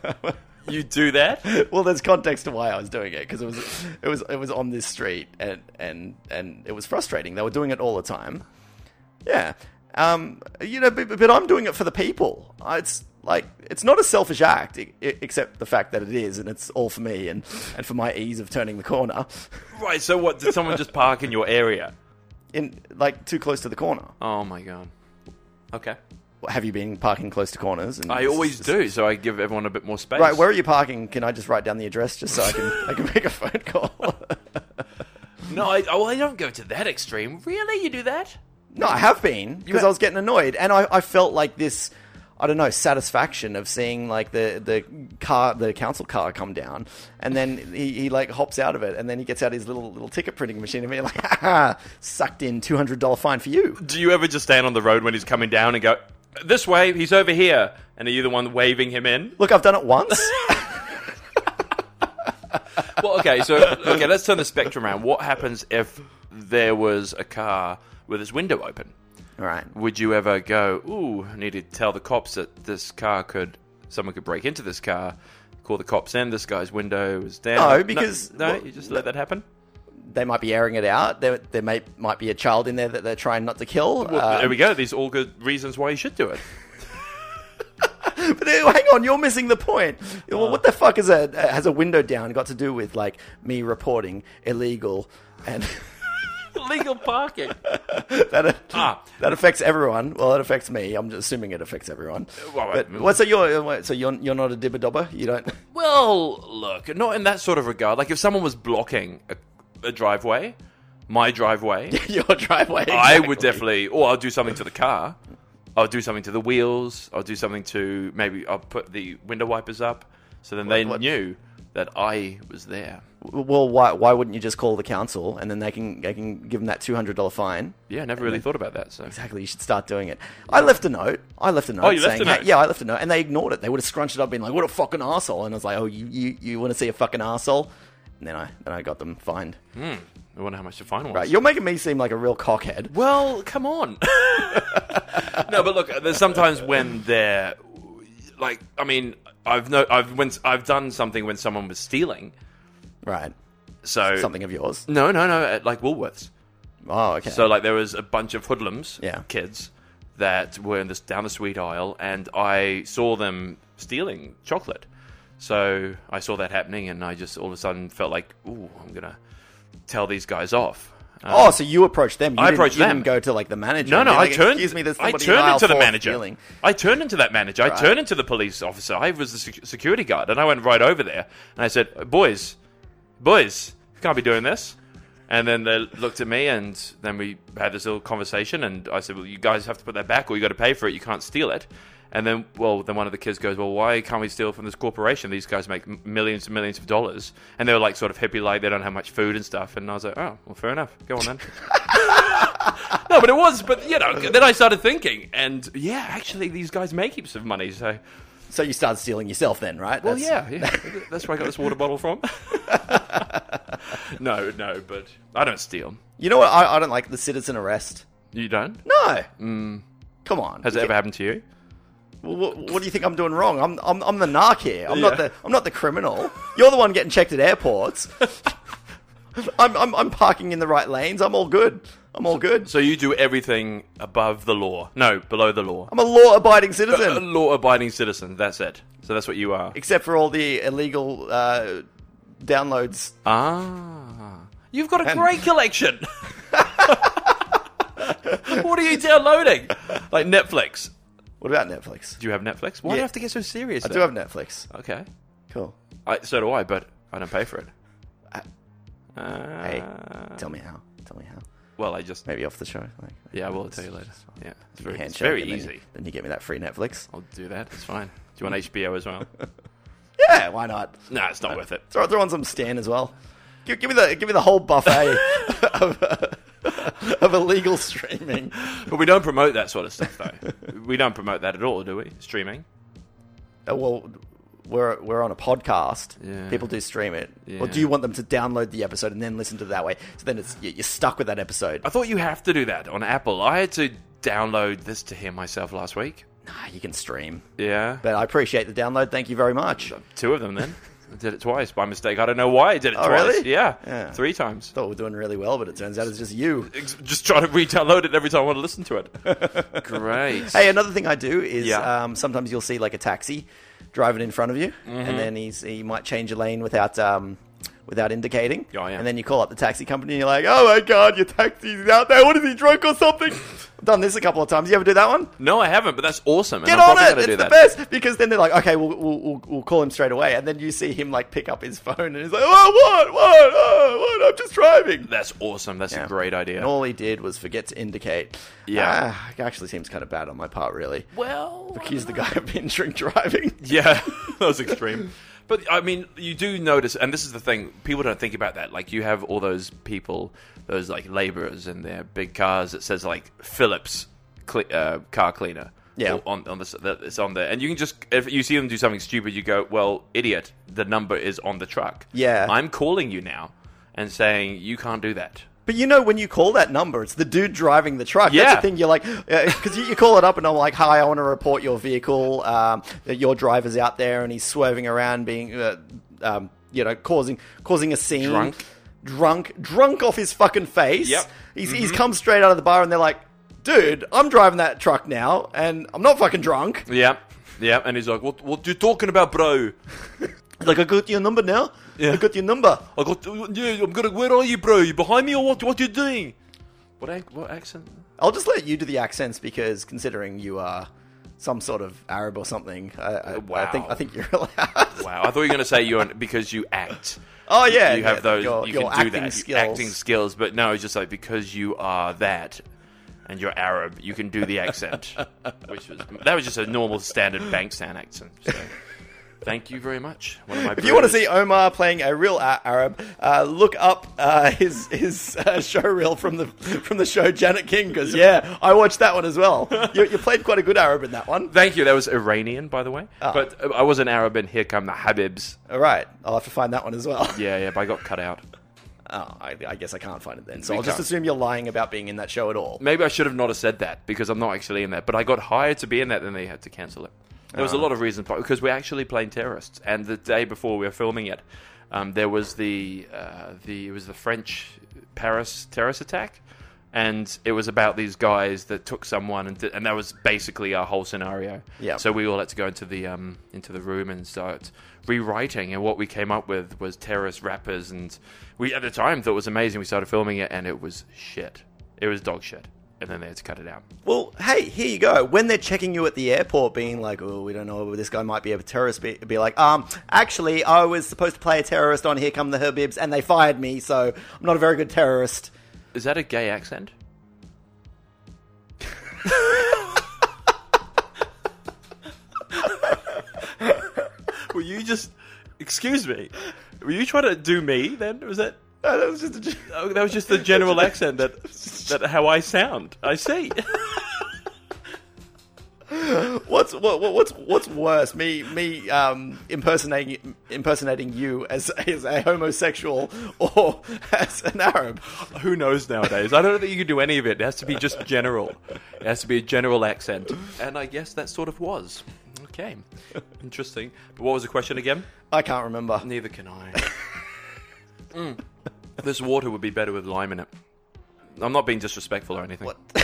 B: you do that?
A: well, there's context to why I was doing it because it was it was it was on this street and and and it was frustrating. They were doing it all the time. Yeah, um, you know, but, but I'm doing it for the people. I- It's like it's not a selfish act, e- e- except the fact that it is, and it's all for me and and for my ease of turning the corner,
B: Right. So what? Did someone just park in your area?
A: in like too close to the corner.
B: Oh my god. Okay.
A: Have you been parking close to corners? And
B: I
A: this-
B: always
A: this-
B: do, so I give everyone a bit more space.
A: Right, where are you parking? Can I just write down the address just so I can I can make a phone call?
B: No, I, oh, I don't go to that extreme. Really, you do that?
A: No, I have been because
B: ha-
A: I was getting annoyed, and I, I felt like this. I don't know satisfaction of seeing like the the car the council car come down, and then he, he like hops out of it, and then he gets out his little little ticket printing machine, and me like "Ha, ha, sucked in two hundred dollar fine for you.
B: Do you ever just stand on the road when he's coming down and go this way? He's over here, and are you the one waving him in?
A: Look, I've done it once.
B: Well, okay, so okay, let's turn the spectrum around. What happens if there was a car with its window open?
A: All right,
B: Would you ever go? Ooh, I need to tell the cops that this car could someone could break into this car. Call the cops in. This guy's window is down.
A: No, because-
B: no,
A: well,
B: you just let that happen.
A: they might be airing it out. There there may might be a child in there that they're trying not to kill. Uh,
B: there we go. These are all good reasons why you should do it.
A: But uh, hang on, you're missing the point. Well, what the fuck is a uh, has a window down got to do with like me reporting illegal and
B: Legal parking.
A: that uh,
B: Ah.
A: that affects everyone? Well, it affects me. I'm just assuming it affects everyone.
B: Well, I-
A: but what, so you're uh, what, so you're you're not a dibber dobber. You don't.
B: Well, look, not in that sort of regard. Like if someone was blocking a, a driveway, my driveway,
A: your driveway.
B: I would
A: exactly.
B: definitely, or I'll do something to the car. I'll do something to the wheels. I'll do something to maybe I'll put the window wipers up, so then they
A: what-
B: knew that I was there.
A: Well, why why wouldn't you just call the council and then they can they can give them that two hundred dollar fine?
B: Yeah, I never really thought about that. So
A: Exactly, you should start doing it. I left a note. I left a note.
B: Oh, you left
A: saying,
B: a note?
A: "Hey," yeah, I left a note, and they ignored it. They would have scrunched it up, being like, "What a fucking asshole!" And I was like, "Oh, you you, you want to see a fucking asshole?" And then I then I got them fined.
B: I wonder how much the fine was.
A: Right, you're making me seem like a real cockhead.
B: Well, come on. no, but look, there's sometimes when they're like, I mean, I've no, I've when I've done something when someone was stealing.
A: Right,
B: So
A: something of yours.
B: No, no, no. At like Woolworths.
A: Oh, okay.
B: So like there was a bunch of hoodlums,
A: Yeah.
B: kids, that were in this down the sweet aisle, and I saw them stealing chocolate. So I saw that happening, and I just all of a sudden felt like, ooh, I'm gonna tell these guys off. Uh,
A: oh, so you approached them? You
B: I
A: didn't-
B: approached
A: you didn't
B: them.
A: go to like the manager.
B: No,
A: and
B: no,
A: be
B: I
A: like,
B: turned.
A: Excuse me, there's
B: I
A: somebody in
B: turned
A: aisle
B: into the
A: four
B: manager.
A: stealing."
B: I turned into that manager. I turned into the police officer. I was the sec- security guard, and I went right over there and I said, "Boys, boys, you can't be doing this." And then they looked at me, and then we had this little conversation. And I said, "Well, you guys have to put that back, or you got to pay for it. You can't steal it." And then, well, then one of the kids goes, "Well, why can't we steal from this corporation? These guys make m- millions and millions of dollars." And they were like, sort of hippie like, they don't have much food and stuff. And I was like, "Oh, well, fair enough. Go on then." no, but it was. But you know, then I started thinking, and yeah, actually, these guys make heaps of money. So,
A: So you started stealing yourself then, right?
B: well,
A: That's-
B: yeah, yeah, that's where I got this water bottle from. no, no, but I don't steal.
A: You know what? I, I don't like the citizen arrest.
B: You don't?
A: No. Come on.
B: Has it ever happened to you?
A: What, what do you think I'm doing wrong? I'm, I'm, I'm the narc here. I'm
B: Yeah.
A: not the I'm not the criminal. You're the one getting checked at airports. I'm, I'm I'm parking in the right lanes. I'm all good. I'm all good.
B: So you do everything above the law? No, below the law.
A: I'm a law-abiding
B: a
A: citizen,
B: law-abiding citizen. That's it. So that's what you are.
A: except for all the illegal uh, downloads.
B: Ah, you've got a great collection. what are you downloading? Like Netflix?
A: What about Netflix?
B: Do you have Netflix? Why do you
A: Yeah.
B: have to get so serious?
A: I do have Netflix.
B: Okay,
A: Cool.
B: I, so do I, but I don't pay for it. Uh,
A: Hey, tell me how. Tell me how.
B: well, I just
A: Maybe off the show. Like,
B: yeah, I will tell you later. Yeah, it's
A: give me a
B: very, it's
A: handshake
B: very
A: and then-
B: easy.
A: then you get me that free Netflix.
B: I'll do that. It's fine. Do you want HBO as well?
A: Yeah, why not?
B: no, it's not worth it.
A: Throw, throw on some Stan as well. Give, give me the give me the whole buffet of, of illegal streaming.
B: But we don't promote that sort of stuff, though. we don't promote that at all, do we? Streaming.
A: Uh, Well, we're we're on a podcast.
B: Yeah.
A: People do stream it. Or
B: Yeah.
A: do you want them to download the episode and then listen to it that way? So then it's you- you're stuck with that episode.
B: I thought you have to do that on Apple. I had to download this to hear myself last week.
A: Nah, you can stream.
B: Yeah.
A: But I appreciate the download. Thank you very much.
B: Two of them then. I did it twice by mistake. I don't know why I did it
A: Oh,
B: twice.
A: really?
B: Yeah.
A: Yeah.
B: Three times.
A: Thought we are doing really well, but it turns out it's just you.
B: Ex- Just trying to re download it every time I want to listen to it. Great.
A: Hey, another thing I do is
B: Yeah.
A: um, sometimes you'll see like a taxi driving in front of you,
B: Mm-hmm.
A: and then he's he might change a lane without um, without indicating.
B: Oh, yeah.
A: And then you call up the taxi company, and you're like, "Oh my god, your taxi's out there! What is he drunk or something?" I've done this a couple of times. You ever do that one?
B: No, I haven't, but that's awesome.
A: Get
B: and I'm
A: on
B: probably
A: it! It's
B: gonna do
A: the
B: that.
A: best because then they're like, "Okay, we'll, we'll we'll we'll call him straight away," and then you see him like pick up his phone, and he's like, "Oh what what oh what? I'm just driving."
B: That's awesome. That's
A: Yeah.
B: a great idea.
A: And all he did was forget to indicate.
B: Yeah.
A: Ah, it actually seems kind of bad on my part, really.
B: well,
A: Accuse the guy of being drink driving.
B: Yeah, that was extreme. But I mean, you do notice, and this is the thing: people don't think about that. Like, you have all those people, those like laborers in their big cars that says like Phillips cle- uh, car cleaner.
A: Yeah.
B: Or on on this, that it's on there, and you can just if you see them do something stupid, you go, "Well, idiot! The number is on the truck."
A: Yeah.
B: I'm calling you now and saying you can't do that.
A: But you know, when you call that number, it's the dude driving the truck. That's
B: Yeah.
A: the thing. You're like, because you, you call it up, and I'm like, "Hi, I want to report your vehicle. Um, that your driver's out there, and he's swerving around, being, uh, um, you know, causing causing a scene.
B: Drunk.
A: drunk, drunk off his fucking face.
B: Yep.
A: He's he's come straight out of the bar, and they're like, "Dude, I'm driving that truck now, and I'm not fucking drunk.
B: Yeah, yeah. And he's like, "What? What you talking about, bro?
A: Like, I got your number now.
B: Yeah.
A: I got your number.
B: I got. Yeah, I'm gonna. Where are you, bro? You behind me or what? What you doing? What? ac- What accent?
A: I'll just let you do the accents because considering you are." Some sort of Arab or something. I, I,
B: Wow.
A: I think I think you're allowed.
B: Wow, I thought you were going to say you're an, because you act.
A: Oh yeah,
B: you
A: yeah,
B: have those.
A: Your,
B: you
A: your
B: can do
A: acting
B: that.
A: skills.
B: Acting skills, but no, it's just like because you are that, and you're Arab, you can do the accent, which was that was just a normal standard Bankstown accent. So. Thank you very much. One of my
A: If you want to see Omar playing a real a- Arab, uh, look up uh, his his uh, show reel from the from the show Janet King. Because yeah, I watched that one as well. You, you played quite a good Arab in that one.
B: Thank you. That was Iranian, by the way.
A: Ah.
B: But uh, I was an Arab, and here come the Habibs.
A: All right, I'll have to find that one as well.
B: Yeah, yeah. But I got cut out.
A: Oh, I, I guess I can't find it then. So
B: We
A: I'll just
B: can't.
A: assume you're lying about being in that show at all.
B: Maybe I should have not have said that because I'm not actually in that. But I got hired to be in that, then they had to cancel it. There was a lot of reasons but- because we're actually playing terrorists. And the day before we were filming it, um, there was the uh, the it was the French Paris terrorist attack, and it was about these guys that took someone, and, did, and that was basically our whole scenario.
A: Yeah.
B: So we all had to go into the um, into the room and start rewriting, and what we came up with was terrorist rappers, and we at the time thought it was amazing. We started filming it, and it was shit. It was dog shit, and then they had to cut it out.
A: Well, hey, here you go. When they're checking you at the airport, being like, "Oh, we don't know whether this guy might be a terrorist," be, be like, "Um, actually, I was supposed to play a terrorist on Here Come the Herbibs, and they fired me, so I'm not a very good terrorist."
B: Is that a gay accent? you just excuse me. Were you trying to do me then? Was that
A: No, that was just a joke.
B: oh, that was just the general accent that that how I sound. I see.
A: What's what, what, what's what's worse, me me um, impersonating impersonating you as as a homosexual or as an Arab?
B: Who knows nowadays? I don't think you can do any of it. It has to be just general. It has to be a general accent. And I guess that sort of was. Okay. Interesting. But what was the question again?
A: I can't remember.
B: Neither can I. Mm. This water would be better with lime in it. I'm not being disrespectful or anything.
A: What?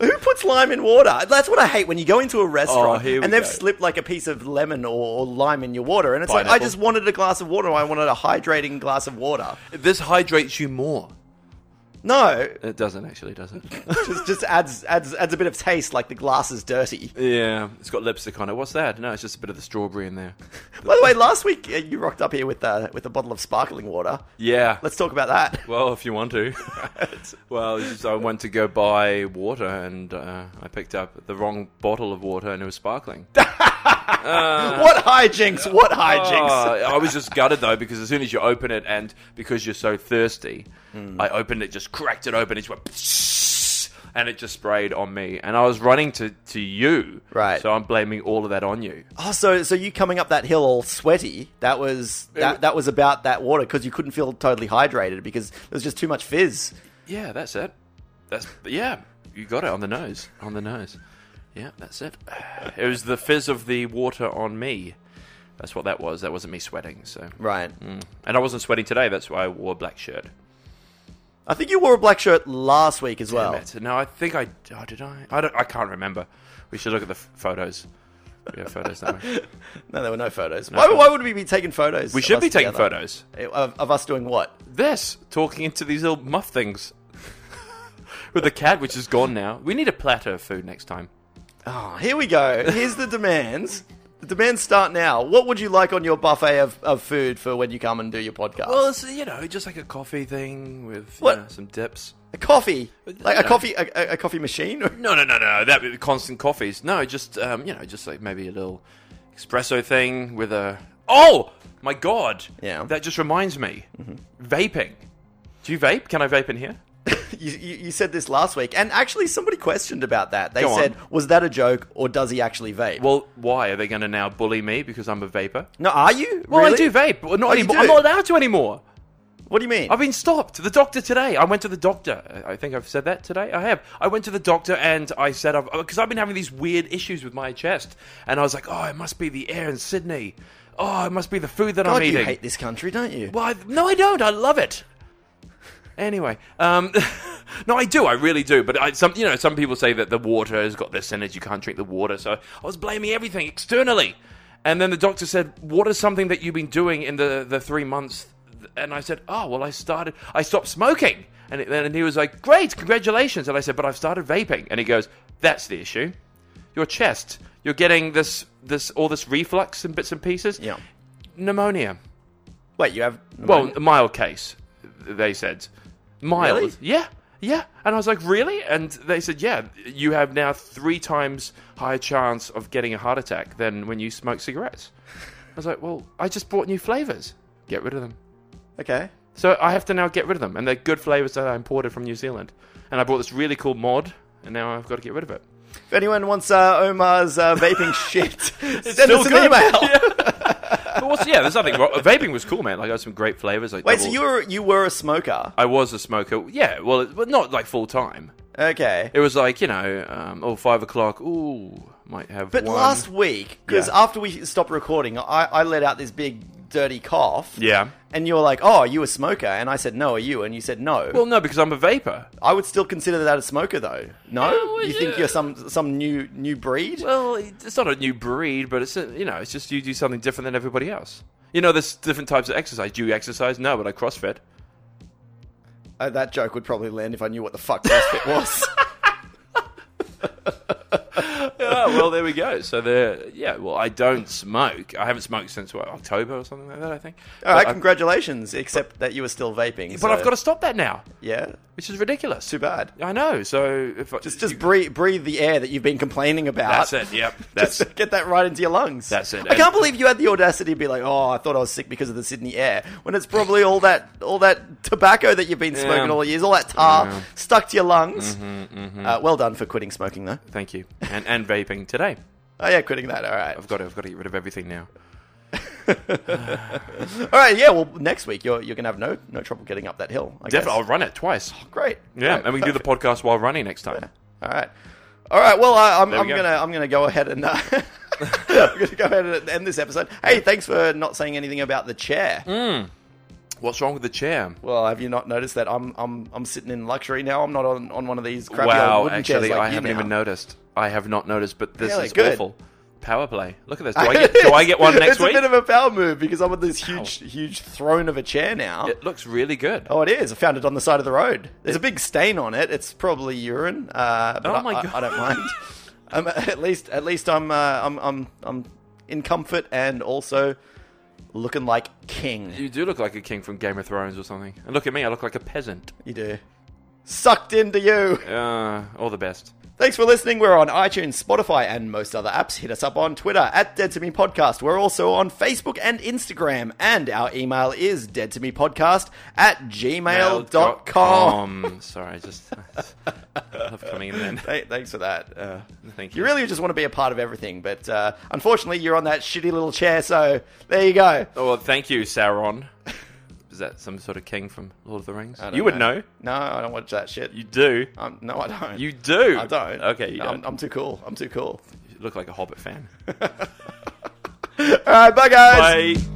A: Who puts lime in water? That's what I hate when you go into a restaurant
B: Oh, here we
A: and they've
B: go.
A: slipped like a piece of lemon or, or lime in your water, and it's like I
B: Pineapple.
A: just wanted a glass of water. I wanted a hydrating glass of water.
B: This hydrates you more.
A: No,
B: It doesn't actually, does it?
A: just just adds adds adds a bit of taste. Like the glass is dirty.
B: yeah, it's got lipstick on it. What's that? No, it's just a bit of the strawberry in there.
A: By the way, last week uh, you rocked up here with uh, with a bottle of sparkling water.
B: Yeah.
A: Let's talk about that.
B: Well, if you want to. well, it's just I went to go buy water and uh, I picked up the wrong bottle of water and it was sparkling.
A: what hijinks? What hijinks?
B: Oh, I was just gutted though because as soon as you open it and because you're so thirsty, I opened it, just cracked it open, it just went psss, and it just sprayed on me. And I was running to, to you.
A: Right.
B: So I'm blaming all of that on you.
A: Oh, so so you coming up that hill all sweaty? That was that that was about that water because you couldn't feel totally hydrated because there was just too much fizz.
B: Yeah, that's it. That's yeah, you got it on the nose. On the nose. Yeah, that's it. It was the fizz of the water on me. That's what that was. That wasn't me sweating. So,
A: Right.
B: Mm. and I wasn't sweating today. That's why I wore a black shirt.
A: I think you wore a black shirt last week as well.
B: Damn it. No, I think I oh, did. I I don't. I can't remember. We should look at the f- photos. We have photos now.
A: No, there were no photos. why, why would we be taking photos?
B: We
A: of
B: should
A: us
B: be taking
A: together?
B: photos.
A: of, of us doing what?
B: This talking into these little muff things with the cat, which is gone now. We need a platter of food next time.
A: Oh, here we go. Here's the demands. The demands start now. What would you like on your buffet of, of food for when you come and do your podcast?
B: Well, it's, you know, just like a coffee thing with you
A: What?
B: know, some dips.
A: a coffee, like a
B: uh, No.
A: coffee, a, a- a coffee machine.
B: No, no, no, no. That would be constant coffees. No, just um, you know, just like maybe a little espresso thing with a. Oh my god!
A: Yeah.
B: That just reminds me. Mm-hmm. Vaping. Do you vape? Can I vape in here?
A: You, you, you said this last week, and actually somebody questioned about that. They
B: Go on.
A: said, "Was that a joke, or does he actually vape?"
B: Well, why are they going to now bully me because I'm a vapor?
A: no, are you?
B: Well, I
A: Really?
B: do vape, but not
A: you
B: anymore.
A: do?
B: I'm not allowed to anymore.
A: What do you mean?
B: I've been stopped. The doctor today. I went to the doctor. I I think I've said that today. I have. I went to the doctor and I said, I've because I've been having these weird issues with my chest, and I was like, oh, it must be the air in Sydney. Oh, it must be the food that
A: God,
B: I'm
A: you
B: eating.
A: hate this country, don't you?
B: Well, I, no, I don't. I love it. Anyway, um, no, I do. I really do. But I, some, you know, some people say that the water has got this in it. You can't drink the water. So I was blaming everything externally. And then the doctor said, "What is something that you've been doing in the the three months?" And I said, "Oh, well, I started. I stopped smoking." And it- then he was like, "Great, congratulations!" And I said, "But I've started vaping." And he goes, "That's the issue. Your chest. You're getting this this all this reflux and bits and pieces.
A: Yeah.
B: Pneumonia."
A: Wait, you have
B: Well, a mild case, they said. Mild.
A: Really?
B: Yeah, yeah. And I was like, really? And they said, yeah, you have now three times higher chance of getting a heart attack than when you smoke cigarettes. I was like, well, I just bought new flavors. Get rid of them.
A: okay.
B: So I have to now get rid of them. And they're good flavors that I imported from New Zealand. And I bought this really cool mod, and now I've got to get rid of it.
A: If anyone wants uh, Omar's uh, vaping shit, send
B: still
A: us an
B: good.
A: email.
B: But what's, yeah, there's nothing wrong. Vaping was cool, man. Like, I got some great flavors. Like
A: Wait,
B: double-
A: so you were you were a smoker?
B: I was a smoker. Yeah, well, it- but not like full time.
A: Okay,
B: It was like you know, um, oh five o'clock. Ooh, might have.
A: but
B: one.
A: last week, because
B: Yeah.
A: after we stopped recording, I, I let out this big dirty cough.
B: yeah.
A: And you were like, "Oh, are you a smoker?" And I said, "No, are you?" And you said, "No."
B: Well, no, because I'm a vapor.
A: I would still consider that a smoker, though. No,
B: Oh,
A: you think
B: yeah.
A: you're some some new new breed?
B: Well, it's not a new breed, but it's a, you know, it's just you do something different than everybody else. You know, there's different types of exercise. Do you exercise? No, but I CrossFit.
A: Uh, that joke would probably land if I knew what the fuck CrossFit was.
B: Oh, well, well, there we go. So there, yeah. Well, I don't smoke. I haven't smoked since what, October or something like that. I think.
A: All right,
B: But Oh, I-
A: congratulations. Except that you were still vaping.
B: but I've got to stop that now,
A: yeah,
B: which is ridiculous.
A: too bad.
B: I know. So if I,
A: Just just breathe, breathe the air that you've been complaining about.
B: that's it. Yep. That's
A: just get that right into your lungs.
B: That's it.
A: I can't believe you had the audacity to be like, "Oh, I thought I was sick because of the Sydney air," when it's probably all that all that tobacco that you've been smoking
B: Yeah.
A: all years, all that tar
B: Yeah. Mm-hmm,
A: stuck to your lungs. Uh, well done for quitting smoking, though.
B: thank you. And and vaping today.
A: Oh yeah, quitting that. All right,
B: I've got to. I've got to get rid of everything now.
A: all right. Yeah. Well, next week you're you're gonna have no no trouble getting up that hill. I guess.
B: Definitely, I'll run it twice.
A: Oh, Great.
B: Yeah, and we can do the podcast while running next time.
A: All right. All right. Well, I, I'm,
B: There we
A: I'm
B: go.
A: gonna I'm gonna go ahead and uh, I'm gonna go ahead and end this episode. Hey, thanks for not saying anything about the chair.
B: Mm. What's wrong with the chair?
A: Well, have you not noticed that I'm I'm I'm sitting in luxury now? I'm not on, on one of these crappy old
B: wow,
A: wooden
B: actually,
A: chairs like
B: I
A: you
B: haven't
A: now.
B: even noticed. I have not noticed, but this
A: Really?
B: is
A: Good.
B: awful. Power play. Look at this. Do I get, do I get one next
A: it's
B: week?
A: It's a bit of a power move because I'm on this huge huge throne of a chair now.
B: It looks really good.
A: Oh, it is. I found it on the side of the road. There's a big stain on it. It's probably urine. Uh, but
B: Oh
A: I-
B: my
A: I,
B: God.
A: I don't mind. Um, at least, at least I'm, uh, I'm, I'm, I'm in comfort and also looking like king.
B: You do look like a king from Game of Thrones or something. And look at me, I look like a peasant.
A: You do. Sucked into you.
B: Uh, all the best.
A: Thanks for listening. We're on iTunes, Spotify, and most other apps. Hit us up on Twitter at Dead to Me Podcast. We're also on Facebook and Instagram. And our email is dead to me podcast at gmail.com.
B: Um, Sorry, I just I love coming in then.
A: Hey, thanks for that. Uh,
B: Thank you.
A: You really just want to be a part of everything, but uh, unfortunately, you're on that shitty little chair. So there you go.
B: Oh, well, thank you, Sauron. Is that some sort of king from Lord of the Rings?
A: I don't
B: You would know.
A: No, I don't watch that shit.
B: You do.
A: um, no, I don't.
B: You do.
A: I don't.
B: Okay, you
A: No, I'm,
B: don't.
A: I'm too cool. I'm too cool.
B: You look like a Hobbit fan.
A: All right, bye guys.
B: Bye.